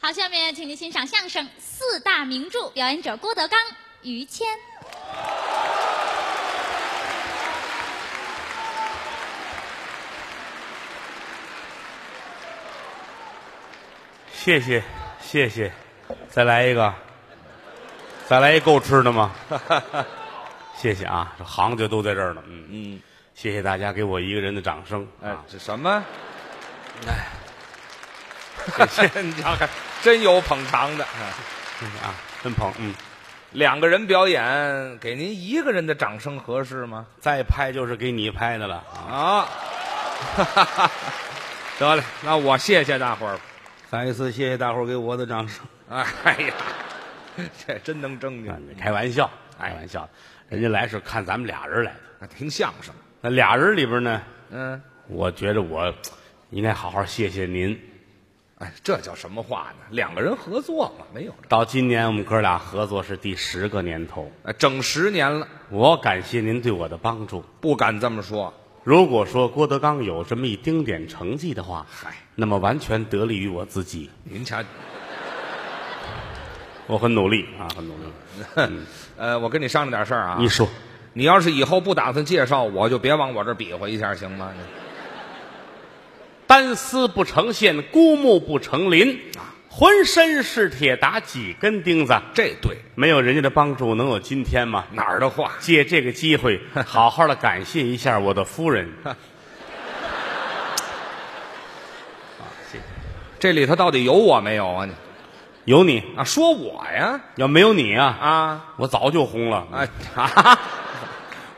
好，下面请您欣赏相声《四大名著》，表演者郭德纲、于谦。谢谢，谢谢，再来一个，再来一够吃的 吗？谢谢啊，这行家都在这儿呢。嗯，嗯，谢谢大家给我一个人的掌声。哎啊，，这什么？哎 谢谢你瞧看真有捧场的，啊啊，真捧。嗯，两个人表演，给您一个人的掌声合适吗？再拍就是给你拍的了啊。啊， 得嘞，那我谢谢大伙儿吧。再一次谢谢大伙儿给我的掌声。哎呀，这真能正啊经，开玩笑，哎开玩笑，人家来是看咱们俩人来的。听相声。那俩人里边呢，嗯，我觉得我应该好好谢谢您。哎，这叫什么话呢？两个人合作嘛，没有这到今年我们哥俩合作是第十个年头，哎整十年了，我感谢您对我的帮助。不敢这么说。如果说郭德纲有这么一丁点成绩的话，嗨，那么完全得力于我自己，您瞧，我很努力啊，很努力。呃，我跟你商量点事儿啊。你说，你要是以后不打算介绍我，就别往我这儿比划一下，行吗？单丝不成线，孤木不成林，浑身是铁打几根钉子，这对没有人家的帮助，能有今天吗？哪儿的话？借这个机会，好好的感谢一下我的夫人。这里头到底有我没有啊？你有你，啊，说我呀？要没有你啊，啊，我早就红了。哎啊，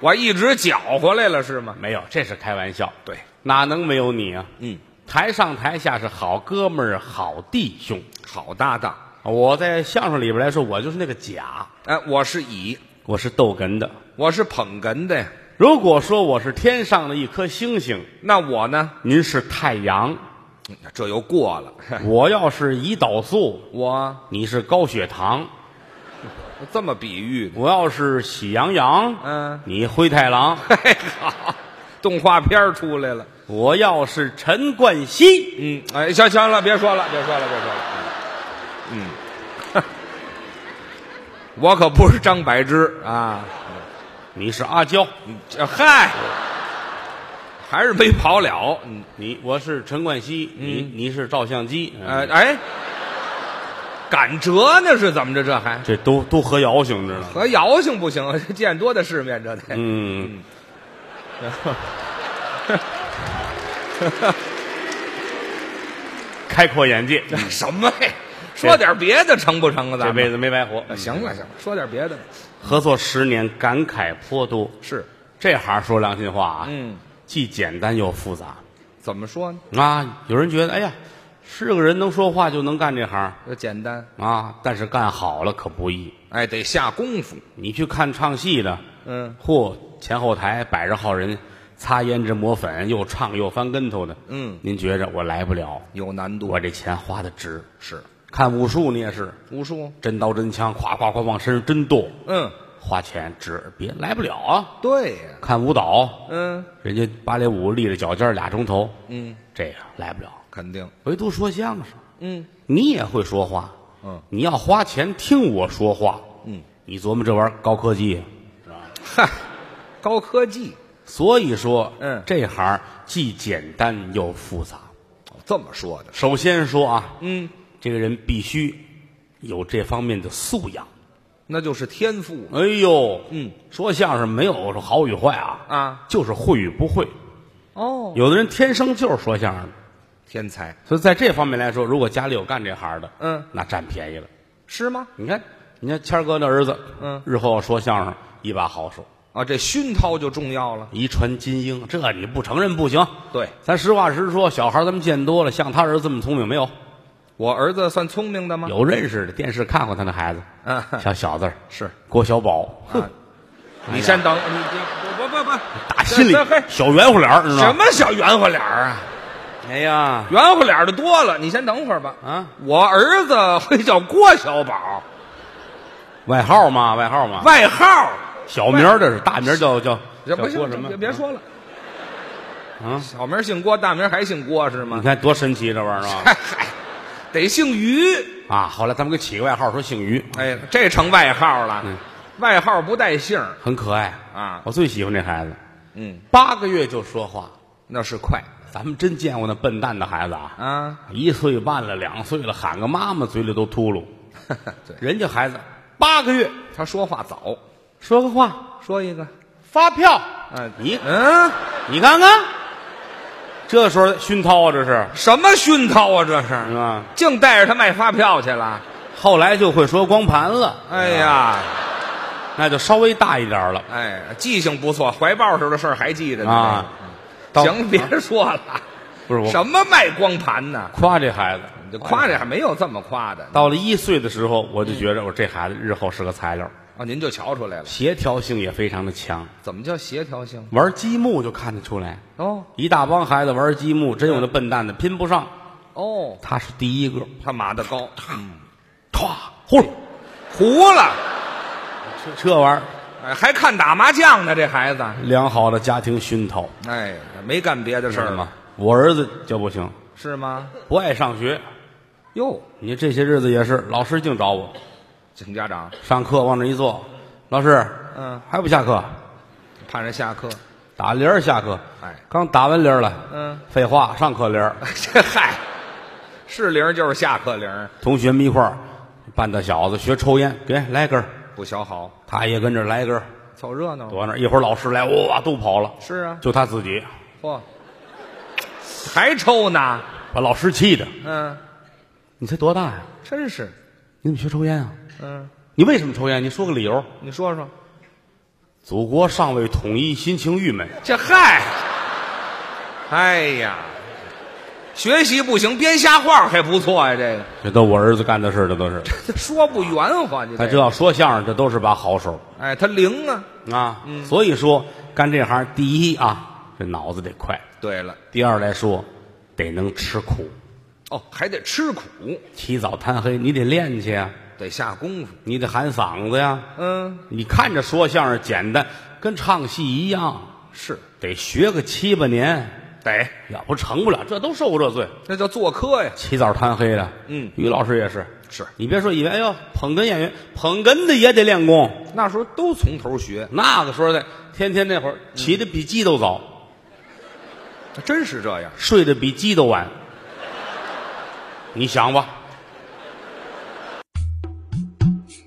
我一直搅和来了是吗？没有，这是开玩笑。对，哪能没有你啊？嗯，台上台下是好哥们儿、好弟兄。好搭档。我在相声里边来说，我就是那个甲，哎，我是乙，我是逗哏的。我是捧哏的呀。如果说我是天上的一颗星星，那我呢？您是太阳；这又过了。我要是胰岛素，我你是高血糖；这么比喻的，我要是喜羊羊，嗯你灰太狼；嘿，哎好，动画片儿出来了。我要是陈冠希，嗯，哎，行行了，别说了，别说了，别说了。嗯， 我可不是张柏芝啊！你是阿娇；这嗨，还是没跑了。嗯，你我是陈冠希，你你是照相机。哎嗯哎，赶折呢是怎么着？这还这都都合姚性，知道吗？和姚性不行，见多的世面，这得。嗯， 开阔眼界，什么呀？说点别的成不成啊？这咱们辈子没白活。行了行了，说点别的吧。合作十年，感慨颇多。是，这行说良心话啊，嗯，既简单又复杂怎么说呢？啊。有人觉得，哎呀，是个人能说话就能干这行就简单，啊，但是干好了可不易。哎，得下功夫。你去看唱戏的，嗯嚯，前后台摆着号人，擦胭脂抹粉，又唱又翻跟头的，嗯，您觉着我来不了，有难度我这钱花的值。是看武术你也是，武术。真刀真枪，咵咵咵往身上真剁，嗯，花钱值，别来不了啊。对呀。看舞蹈，嗯人家芭蕾舞立着脚尖儿俩钟头，嗯，这个来不了。肯定。唯独说相声，嗯，你也会说话，嗯，你要花钱听我说话，嗯，你琢磨这玩意儿高科技，啊嗨，高科技所以说，嗯这行既简单又复杂。这么说的。首先说啊，嗯，这个人必须有这方面的素养。那就是天赋哎呦，嗯，说相声没有说好与坏啊，啊。就是会与不会。哦，有的人天生就是说相声的，天才所以在这方面来说，如果家里有干这行的，嗯，那占便宜了。是吗？你看，你看谦儿哥的儿子，嗯日后要说相声一把好手，啊，这熏陶就重要了。遗传金英，这你不承认不行。对咱实话实说，小孩咱们见多了，像他儿子这么聪明没有？我儿子算聪明的吗？有认识的，电视看过他那孩子，嗯小小子儿 是。哎郭小宝，哼，啊你先等，你你不不不不，打心里这这嘿小圆乎脸儿，你知道什吗？么小圆乎脸儿啊？哎呀，圆乎脸儿的多了，你先等会儿吧。啊，我儿子会叫郭小宝，外号嘛，外号嘛，外号小名儿这是，大名儿叫叫这叫不郭行，这什么？别别说了，啊！小名姓郭，大名还姓郭是你吗？看多神奇这玩意儿啊！嗨，得姓于，啊。后来他们给起个外号，说姓于，哎，这成外号了，嗯外号不带姓儿很可爱啊我最喜欢这孩子，嗯，八个月就说话，那是快咱们真见过那笨蛋的孩子啊，啊，一岁半了，两岁了，喊个妈妈嘴里都秃噜。对，人家孩子八个月他说话早，说个话，说一个，发票，嗯，你嗯，你看看，这时候熏陶啊，这是什么熏陶啊，这是，啊。净带着他卖发票去了，后来就会说光盘了，哎呀，那就稍微大一点了哎，记性不错，怀抱时候的事儿还记着呢。啊。这到个行，别说了，不是我什么卖光盘呢？夸这孩子，你就夸这还没有这么夸的到了一岁的时候，我就觉着我这孩子日后是个材料，哦，您就瞧出来了，协调性也非常的强，怎么叫协调性？玩积木就看得出来。哦一大帮孩子玩积木，真有那笨蛋的拼不上，哦，他是第一个，他马的高，唰，呼噜，糊了，这这玩意儿哎，还看打麻将呢，这孩子，良好的家庭熏陶，哎，没干别的事儿是吗？？我儿子就不行，是吗？不爱上学，哟，你这些日子也是，老师净找我请家长，上课，往那一坐，老师，嗯，还不下课？盼着下课，打铃儿下课，哎，刚打完铃儿了，嗯，废话，上课铃儿，这 嗨，是铃儿就是下课铃儿，同学们一块儿，半大小子学抽烟，给来根儿，不学好，他也跟着来根儿，凑热闹，躲那儿，一会儿老师来，哇，都跑了，是啊，就他自己，嚯，还抽呢，把老师气的，嗯，你才多大呀、真是，你怎么学抽烟啊？嗯，你为什么抽烟？你说个理由。你说说，祖国尚未统一，心情郁闷。这嗨，哎呀，学习不行，编瞎话还不错呀、这个这都我儿子干的事，这都是。这 说不圆滑，你他这要说相声，这都是把好手哎，他灵啊。啊。所以说，干这行，第一啊，这脑子得快；对了，第二来说，得能吃苦，哦，还得吃苦，起早贪黑，你得练去啊，得下功夫。你得喊嗓子呀。嗯，你看着说相声简单，跟唱戏一样，是得学个七八年，得，要不成不了，这都受过这罪。那叫做科呀。起早贪黑的，嗯于老师也是，是你别说以为，哎呦，捧哏演员，捧哏的也得练功。那时候都从头学，那个时候的，天天那会儿起的比鸡都早，真是这样。睡得比鸡都晚。你想吧，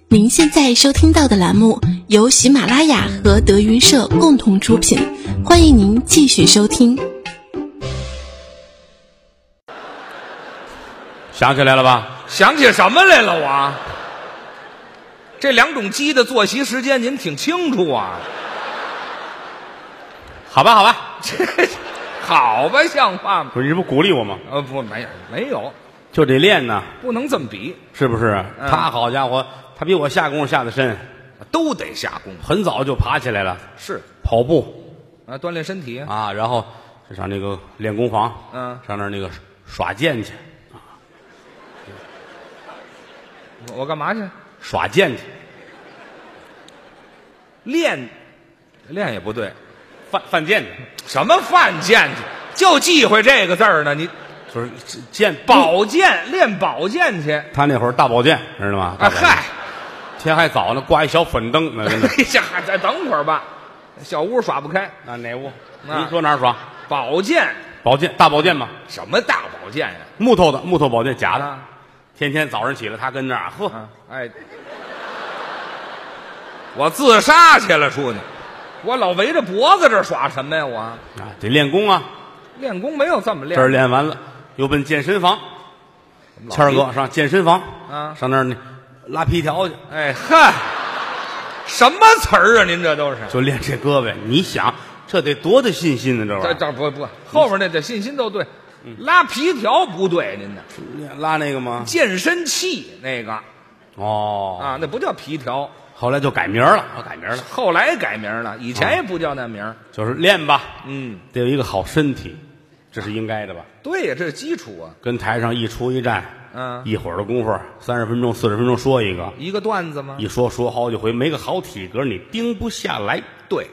您现在收听到的栏目由喜马拉雅和德云社共同出品，欢迎您继续收听。想起来了吧？想起什么来了我？这两种鸡的作息时间您挺清楚啊。 好吧，好吧，这好吧，像话吗？不是你这不鼓励我吗？呃，不，没有，没有，就得练呢，不能这么比，是不是？嗯他好家伙，他比我下功夫下的深，都得下功夫。很早就爬起来了，是跑步啊，锻炼身体啊。啊，然后就上那个练功房，嗯上那儿那个耍剑去，我我干嘛去？耍剑去，练，练也不对，犯犯贱去，什么犯贱去？就忌讳这个字儿呢？你就是剑嗯爆。保健练保健去？他那会儿大保健，知道吗？啊大保健嗨，天还早呢，挂一小粉灯，那跟那 哎呀，再等会儿吧，小屋耍不开。那哪屋？那您说哪儿耍？保健保健大保健嘛，什么大保健呀？木头的木头保健，假的。啊天天早上起来，他跟那儿呵，啊，哎，我自杀去了，出去。我老围着脖子这儿耍什么呀？我啊，得练功啊。练功没有这么这儿练练。完了，又奔健身房。老谦儿哥上健身房啊上那儿那拉皮条去，哎嗨，什么词儿啊？您这都是就练这胳膊。你想，这得多大信心呢？这玩这意儿这不不，后面那这信心都对，嗯拉皮条不对，您呢？练拉那个吗？健身器那个哦，啊，那不叫皮条，后来就改名儿了，我改名儿了，后来改名了，以啊前也不叫那名儿。就是练吧，嗯，得有一个好身体，这是应该的吧？对呀，这是基础啊。跟台上一出一站，嗯，一会儿的功夫，三十分钟、四十分钟说一个，一个段子吗？一说说好几回，没个好体格你盯不下来。对，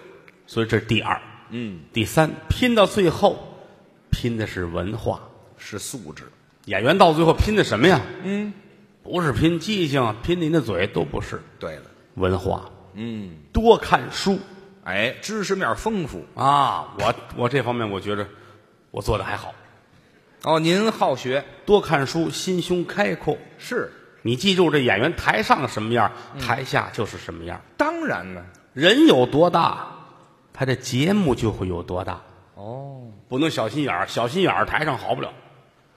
所以这是第二，嗯，第三，拼到最后，拼的是文化。是素质。演员到最后拼的什么呀？嗯，不是拼记性，拼您的嘴都不是。对了，文化，嗯，多看书哎，知识面丰富啊！我我这方面我觉着我做的还好，哦。您好学多看书，心胸开阔。是你记住，这演员台上什么样，嗯台下就是什么样。当然呢。人有多大，他的节目就会有多大。哦，不能小心眼儿，小心眼儿台上好不了。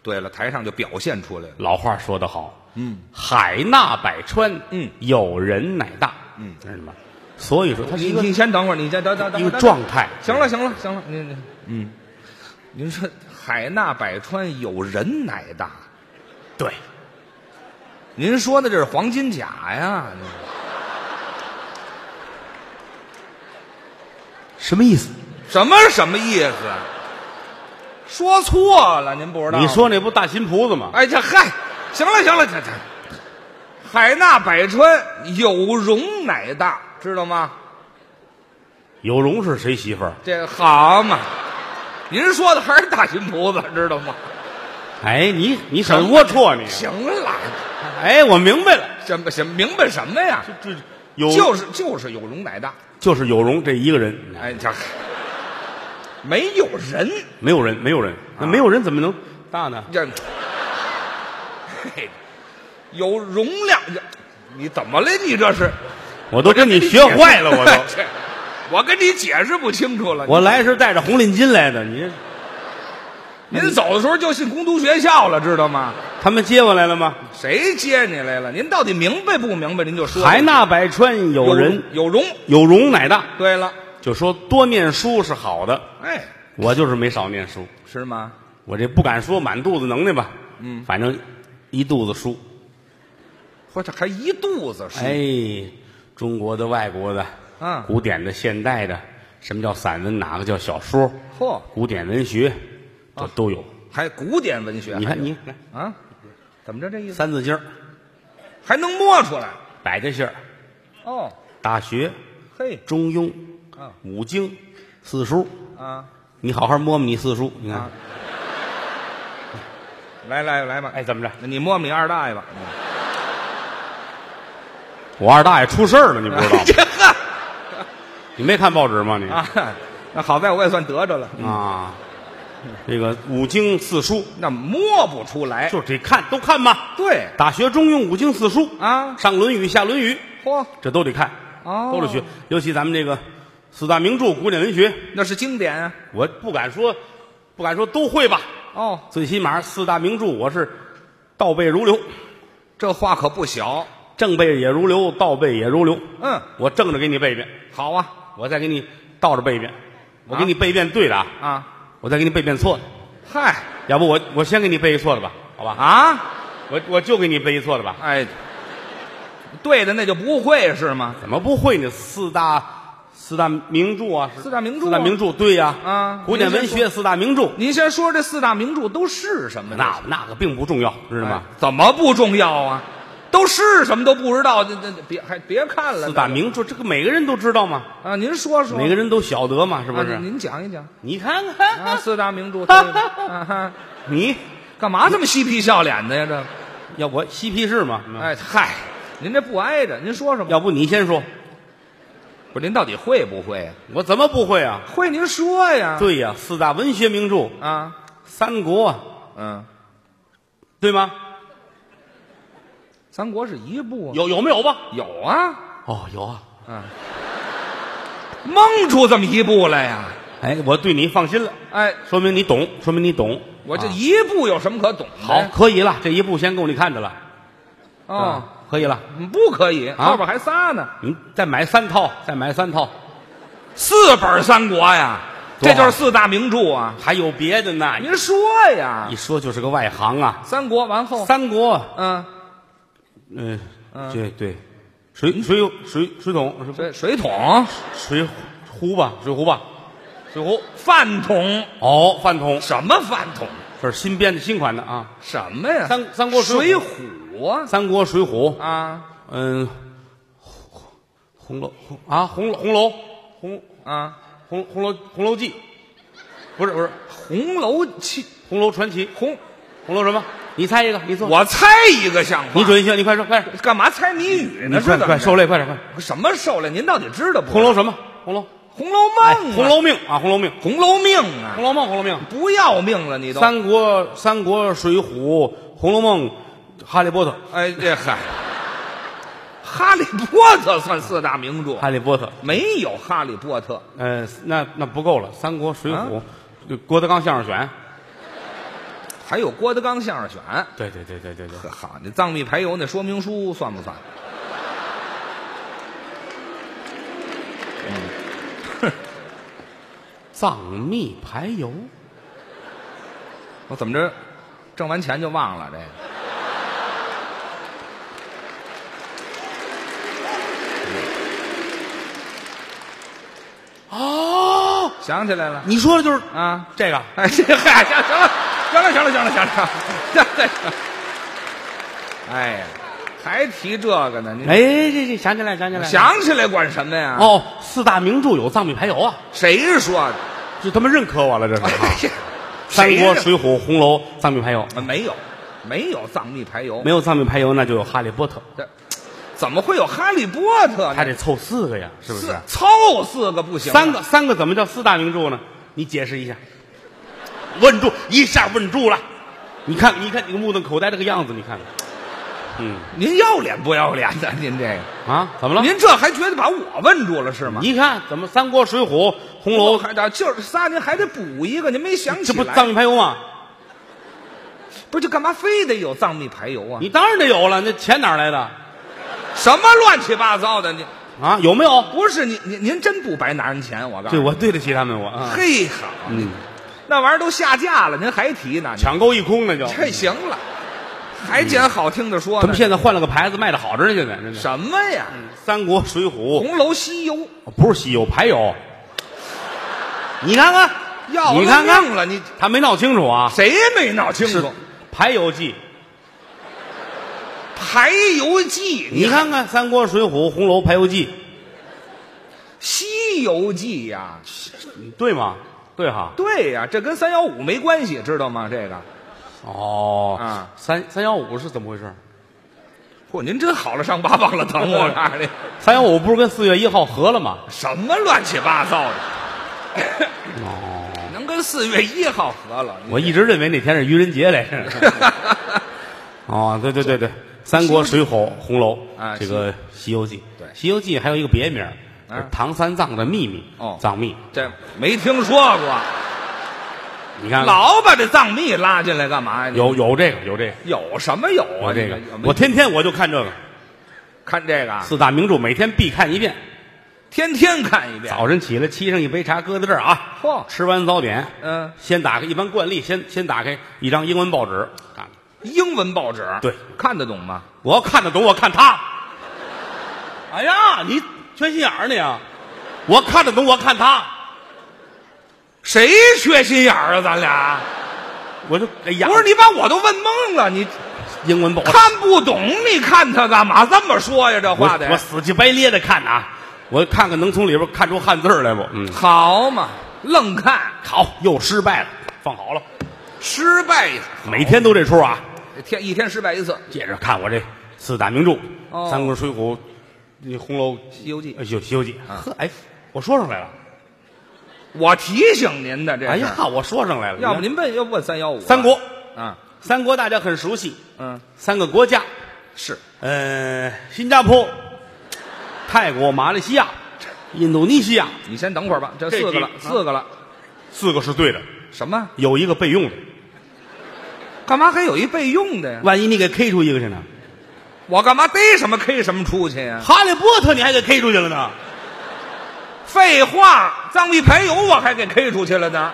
对了，台上就表现出来了。老话说得好，嗯，海纳百川，嗯有人乃大，嗯知道吗？所以说它是一你个你先等会儿，你先等等等一个等状态。行了，，行了，行了，您您嗯，您说海纳百川，有人乃大。对，您说的这是黄金甲呀？什么意思？什么什么意思？说错了，您不知道？你，说那不大新菩萨吗？哎呀，嗨，行了行了，这这，海纳百川，有容乃大，知道吗？有容是谁媳妇儿？这好嘛，您说的还是大金菩萨，知道吗？哎，你你很龌龊，你。行了，哎，我明白了，什么什么明白什么呀？这有就是就是有容乃大，就是有容这一个人，哎，这没有人，没有人，没有人，那没有人怎么能啊大呢？这嘿有容量，这你怎么了？你这是我都跟你学坏了，我都。 这我跟你解释不清楚了。我来是带着红领巾来的，你您走的时候就进工读学校了，知道吗？他们接我来了吗？谁接你来了？您到底明白不明白？您就说海纳百川，有有人有容。有容乃大。对了，就说多念书是好的，哎，我就是没少念书。是吗？我这不敢说满肚子能耐吧，嗯反正一肚子书。嚯，这还一肚子书。哎，中国的、外国的，嗯古典的、现代的，什么叫散文？哪个叫小说？嚯，古典文学，这都有。还古典文学你看你来啊？怎么着这意《思？三字经》《还能摸出来？百家姓儿》《哦，大学》嘿，《中庸》《啊五经》《四书》，啊，你好好摸摸你四书，你看啊，来来来吧，哎，怎么着？那你摸摸你二大爷吧。我二大爷出事儿了，你不知道吗？这呵你没看报纸吗？你啊，那好在我也算得着了，啊，这个五经四书，那摸不出来。就是得看，都看吧。对，大学中用五经四书啊上《论语》下《论语》，嚯，这都得看，哦都得学。尤其咱们这个四大名著古典文学，那是经典啊。我不敢说，不敢说都会吧，哦，最起码四大名著我是倒背如流，这话可不小。正背也如流，倒背也如流。嗯，我正着给你背一遍，好啊我再给你倒着背一遍，我给你背一遍对的啊，啊，我再给你背一遍错的。嗨要不我我先给你背一错的吧，好吧？啊，我我就给你背一错的吧。哎，对的那就不会是吗？怎么不会呢？四大四大名著啊，四大名著啊四大名著，对呀、啊，啊古典文您先学四大名著，您先说这四大名著都是什么呢？那那个并不重要，知道吗？哎？怎么不重要啊？都是什么都不知道，这这这别还别看了。四大名著，这个每个人都知道吗？啊，您说说每个人都晓得嘛，是不啊您是？您讲一讲你看看，啊，四大名著。对啊哈，你干嘛这么嬉皮笑脸的呀？这要我嬉皮士嘛？嗯，哎嗨，您这不挨着，您说什么？要不你先说，不是您到底会不会呀？我怎么不会啊？会您说呀。对呀、四大文学名著《啊，三国》啊，嗯，对吗？三国是一部啊有有没有吧？有啊，哦，有啊。蒙出这么一部来呀？哎，我对你放心了，哎，说明你懂，说明你懂。我这啊一哎部有什么可懂的？好，可以了，这一部先够你看的了。哦，嗯，啊可以了。不可以，后边还仨呢。你再买三套，再买三套，四本三国呀，多这好就是四大名著啊。还有别的呢。您说呀一，说就是个外行啊。三国完后，三国，嗯，嗯，嗯对对，水水水水桶是不水水桶、水壶吧？水壶吧？水壶。饭桶，哦，饭桶，什么饭桶？这是新编的新款的啊。什么呀？三三国水水浒啊三国水浒，啊嗯，红红楼红啊，红楼红楼红啊！红红楼红楼记，不是不是红楼记红楼传奇，红红楼什么？你猜一个，你做，我猜一个像话，你准行，你快说，快点，干嘛猜谜语你快呢？这怎么快着受累，快点，快点，什么受累？您到底知道不？红楼什么？红楼，红楼哎，梦啊，红楼命啊，红楼命，红楼命啊红，楼梦，红楼命，不要命了你都。三国，三国，水浒，红楼梦，哈利波特，哎这嗨，哈利波特算四大名著，哈利波特，没有哈利波特，呃，那那不够了，三国、水浒啊，就郭德纲相声选，还有郭德纲相声选。对对对对对对，呵好，那藏秘排油那说明书算不算？藏秘排油，我怎么着，挣完钱就忘了这个？哦，想起来了你说的就是啊！这个，哎，这嗨，行行了，行了，行了，行了，行了，行了，哎呀，还提这个呢？您哎，这这想起来，想起来，想起来管什么呀？，哦，四大名著有藏秘排油啊，谁说的？这他妈认可我了， 这是。啊哎呀三 谁国、这水浒、红楼、藏秘排油，没有，没有藏秘排油，没有藏秘排油，那就有哈利波特。这怎么会有哈利波特他呢？得凑四个呀，是不是四？凑四个不行啊，三个，三个怎么叫四大名著呢？你解释一下。问住，一下问住了。你看，你看你目瞪口呆这个样子，你看看。嗯您要脸不要脸的？您这个，啊，怎么了？您这还觉得把我问住了是吗？一看怎么三国、水浒、红楼，还得就是仨，您还得补一个，您没想起这来？不藏秘排油吗？不是，就干嘛非得有藏秘排油啊？你当然得有了，那钱哪儿来的？什么乱七八糟的？你啊，有没有？不是您您您真不白拿人钱，我告诉对，你。我对得起他们，我啊，嘿好，嗯，那玩意儿都下架了，您还提呢？抢购一空那就。这行了，还捡好听的说咱呢们？现在换了个牌子，卖的好着呢，现在嗯真的。什么呀？三国、水《浒红楼西游》不是西游，排油。你看看，要你看看命了，你他没闹清楚啊，谁没闹清是楚？排油记。 《排油记》，你看看《三国》《水浒》《红楼》《排油记《西游记》呀，》，对吗？对哈。对呀，这跟三幺五没关系，知道吗？这个，哦，啊三三幺五是怎么回事？嚯，您真好了伤疤忘了疼，我告诉你，三幺五不是跟四月一号合了吗？什么乱七八糟的，哦，能跟四月一号合了？我一直认为那天是愚人节来着。 哦，对对对对，《三国》《水浒》《红楼》啊这个《西游记》对《西游记》还有一个别名儿，啊是唐三藏的秘密哦藏秘。 这没听说过，你看，老把这藏秘拉进来干嘛呀？嗯你有有这个有这个有什么有啊？哦有这个你，我天天我就看这个看这个啊，四大名著，每天必看一遍。天天看一遍。早晨起来沏上一杯茶，搁在这儿啊。嚯吃完早点，嗯，先打开，一般惯例，先先打开一张英文报纸看看。英文报纸对看得懂吗？我要看得懂，我看他。哎呀，你缺心眼儿你啊！我看得懂，我看他，谁缺心眼儿啊？咱俩我就哎呀，不是你把我都问懵了，你英文报纸，看不懂，你看他干嘛？这么说呀？这我话得我死乞白咧的看啊，我看看能从里边看出汉字儿来不？嗯，好嘛，愣看好，又失败了，放好了，失败一次，每天都这出啊。天一天失败一次，《接着看我这四大名著，哦三国、水浒、那红楼、西游记呃西游西游记》啊呵，哎，我说上来了，我提醒您的这哎是呀，我说上来了。要不你看您问，要不问三幺五三国，啊？三国大家很熟悉，嗯，三个国家，是呃，新加坡、泰国、马来西亚、印度尼西亚，你先等会儿吧，这这四个了题，啊四个了，四个是对的，什么？有一个备用的，干嘛还有一备用的呀？万一你给 K 出一个去呢？我干嘛逮什么 K 什么出去呀？哈利波特你还给 K 出去了呢？废话，藏秘排油我还给 K 出去了呢。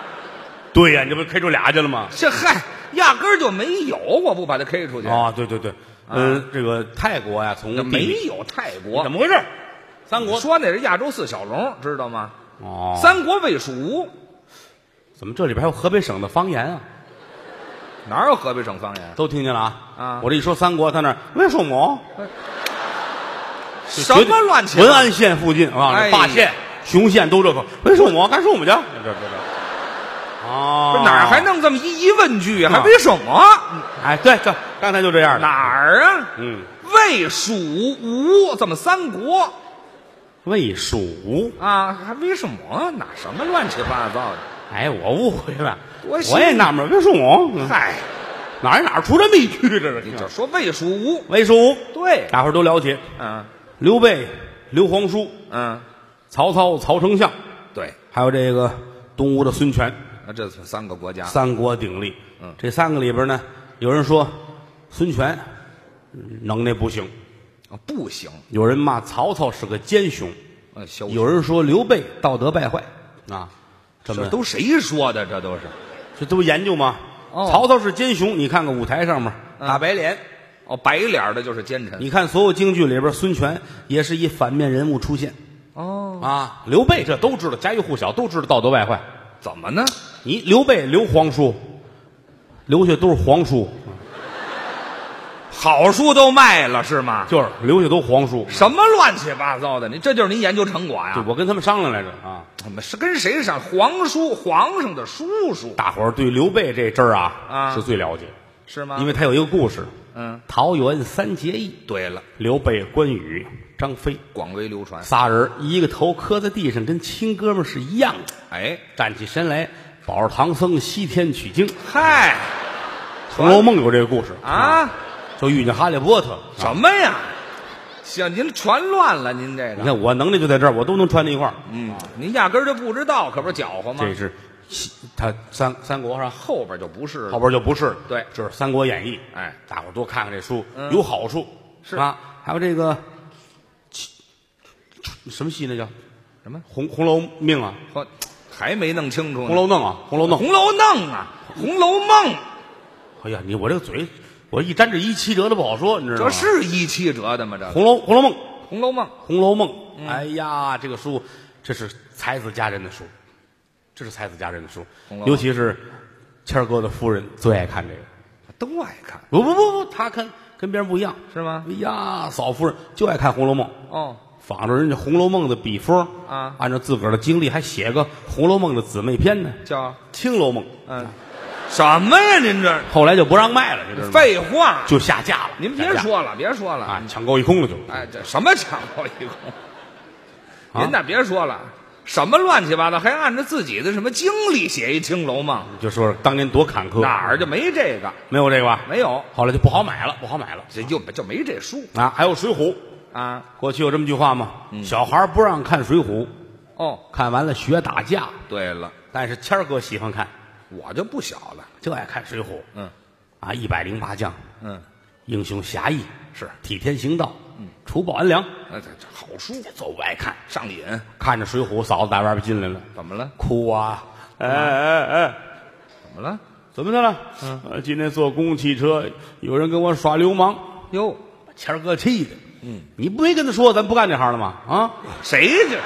对呀、你这不是 K 出俩去了吗？这嗨，压根儿就没有，我不把它 K 出去。啊，对对对，嗯，这个泰国呀、从那地理没有泰国怎，么回事？三国说那是亚洲四小龙，知道吗？哦，三国魏蜀吴，怎么这里边还有河北省的方言啊？哪有河北省方言？都听见了啊！啊我这一说三国，他那儿为什么？什么乱七八文糟？安县附近啊，哎霸县、雄县都这口，为什么？干什么去？这这这。哦，哪儿还？弄这么一疑问句啊？还嗯为什么？哎，对对，刚才就这样的。哪儿啊？嗯，魏、蜀、吴，这么三国魏蜀吴。啊？还为什么？哪什么乱七八糟的？哎，我误会了，多新我也纳闷儿，魏蜀吴嗯嗨，哪儿哪儿出这么一句这你是就？说魏、蜀、吴，魏蜀吴，对，大伙儿都了解。嗯刘备、刘皇叔、嗯，曹操、曹丞相，对，还有这个东吴的孙权，那这是三个国家，三国鼎立。嗯这三个里边呢，有人说孙权嗯能耐不行，啊不行，有人骂曹操是个奸雄，呃，小有人说刘备道德败坏啊，这么这都谁说的？这都是这都研究吗？哦嗯曹操是奸雄，你看看舞台上面啊大白脸，哦，白脸儿的就是奸臣你看所有京剧里边，孙权也是以反面人物出现哦，啊。刘备这都知道，家喻户晓，都知道道德败坏。怎么呢？你刘备、刘皇叔，留下都是皇叔，好书都卖了是吗？就是留下都皇叔。什么乱七八糟的？你这就是您研究成果对呀？我跟他们商量来着啊，我们是跟谁上？皇叔，皇上的叔叔大伙儿对刘备这阵儿啊啊是最了解，是吗？因为他有一个故事，嗯，桃园三结义，对了，刘备、关羽、张飞广为流传。仨人，一个头磕在地上，跟亲哥们儿是一样的，哎，站起身来，保着唐僧西天取经。《嗨，红楼梦》有这个故事啊，就遇见哈利波特。什么呀？行，您传乱了，您这你个，看我能力就在这儿，我都能穿在一块儿。嗯，您压根儿就不知道，可不是搅和吗？这是西他三三国是吧？后边就不是了后。边就不是了。对这是《三国演义》。哎大伙儿多看看这书，嗯有好处是啊。还有这个什么戏那叫什么？红《红楼命》啊，嚯还没弄清楚《呢。红楼梦》啊，《红楼梦》。红楼梦》啊，《红楼梦》哎呀，你我这个嘴，我一沾这一七折都不好说，你知道这吗？是一七折的吗？这《 《红楼红楼梦》《红楼梦》红楼梦》嗯哎呀，这个书，这是才子佳人的书，这是才子佳人的书红楼，梦尤其是谦儿哥的夫人最爱看这个。都爱看不不不不，他跟跟别人不一样，是吗哎呀，嫂夫人就爱看《红楼梦》。哦。仿着人家《红楼梦》的笔锋啊按照自个儿的经历还写个《红楼梦》的姊妹篇呢，《叫青楼梦》。嗯，什么呀？您这后来就不让卖了，你知道吗？废话，就下架了。您别下架说了，别说了。啊，抢购一空了就。哎，这什么抢购一空？啊您那别说了，什么乱七八糟，还按照自己的什么经历写一《青楼梦就说当年多坎》，坷，哪儿就没这个？没有这个吧？没有，后来就不好买了，不好买了这就就没这书啊！还有《水浒》，啊。过去有这么句话吗？嗯小孩不让看《水浒》，哦，看完了学打架。对了，但是谦儿哥喜欢看，我就不小了。就爱看《水浒》。嗯啊，一百零八将，嗯，英雄侠义是替天行道，嗯除暴安良，那这这好书都不爱看。上瘾，看着《水浒》，嫂子打外边进来了，怎么了？哭啊！哎哎哎，怎么了？怎么的了？嗯，今天坐公共汽车，有人跟我耍流氓，哟，把谦儿哥气的。嗯，你不没跟他说咱不干这行了吗？啊，谁这？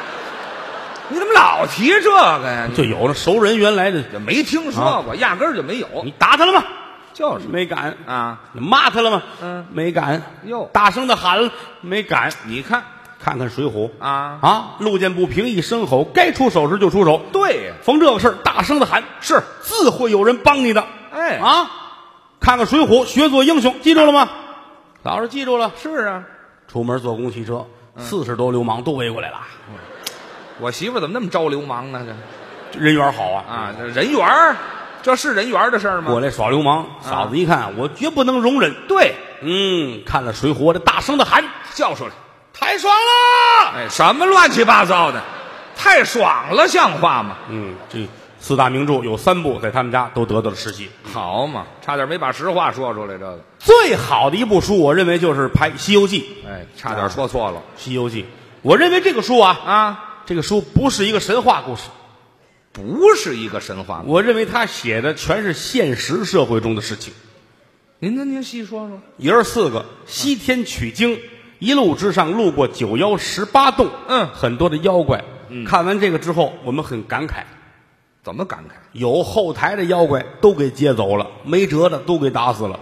你怎么老提这个呀？你就啊有了熟人原来的，这没听说过，压根儿就没有。你打他了吗？就是没敢。啊，你骂他了吗？嗯，没敢。哟大声的喊了，没敢。你看看看《水浒》啊啊，路见不平一声吼，该出手时就出手。对呀，逢这个事儿大声的喊，是自会有人帮你的。哎啊，看看《水浒》，学做英雄，记住了吗？老师记住了。嗯是啊，出门坐公共汽车，四十多流氓都围过来了，我媳妇儿怎么那么招流氓呢？这人缘好啊！啊，这人缘儿，这是人缘儿的事儿过吗？来耍流氓，嫂子一看，我绝不能容忍。对，嗯，看了《水浒》，这大声的喊，叫出来，太爽了！哎，什么乱七八糟的，太爽了，像话吗？嗯，这四大名著有三部在他们家都得到了实习。好嘛，差点没把实话说出来，这个，最好的一部书，我认为就是拍《西游记》。《哎，差点说错了西游记》，我认为这个书啊，啊，这个书不是一个神话故事，不是一个神话。我认为他写的全是现实社会中的事情。您您您细说说，爷儿四个西天取经，一路之上路过九妖十八洞，嗯很多的妖怪。看完这个之后，我们很感慨，怎么感慨？有后台的妖怪都给接走了，没辙的都给打死了。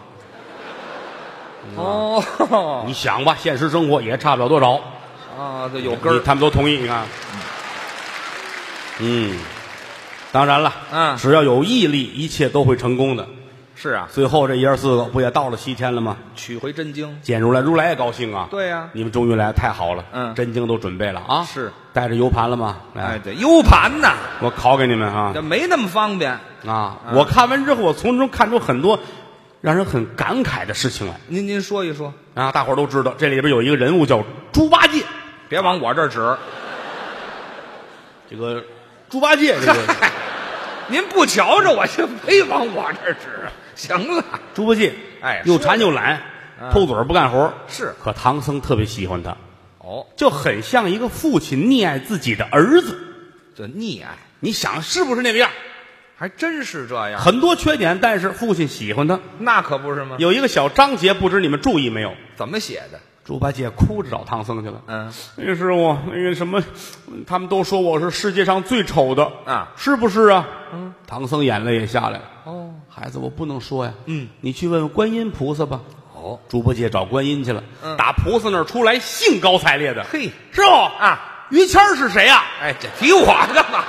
哦， 你想吧，现实生活也差不了多少。啊，这有根你儿，他们都同意，你看，嗯，当然了，嗯只要有毅力，一切都会成功的。是啊，最后这爷儿四个不也到了西天了吗？取回真经。见如来，如来也高兴啊。对呀你们终于来，太好了。嗯真经都准备了啊。是，带着 U 盘了吗？哎，，对，U 盘呐，我拷给你们啊这没那么方便。啊！嗯我看完之后，我从中看出很多让人很感慨的事情来您您说一说，啊！大伙儿都知道，这里边有一个人物叫猪八戒，别往我这儿指。这个猪八戒，这个 您不瞧着我，就非往我这儿指。行了，猪八戒，哎又馋又懒，嗯偷嘴儿不干活。是可唐僧特别喜欢他，哦，就很像一个父亲溺爱自己的儿子。这溺爱你想是不是那个样儿？还真是这样，很多缺点，但是父亲喜欢他。那可不是吗？有一个小章节，不知你们注意没有？怎么写的？猪八戒哭着找唐僧去了。嗯，那个师傅，那个什么，他们都说我是世界上最丑的啊是不是啊？嗯，唐僧眼泪也下来了。哦，孩子，我不能说呀。嗯，你去问问观音菩萨吧。哦，猪八戒找观音去了，嗯打菩萨那儿出来，兴高采烈的。嘿师傅啊，于谦儿是谁呀、哎，这提我干嘛呀？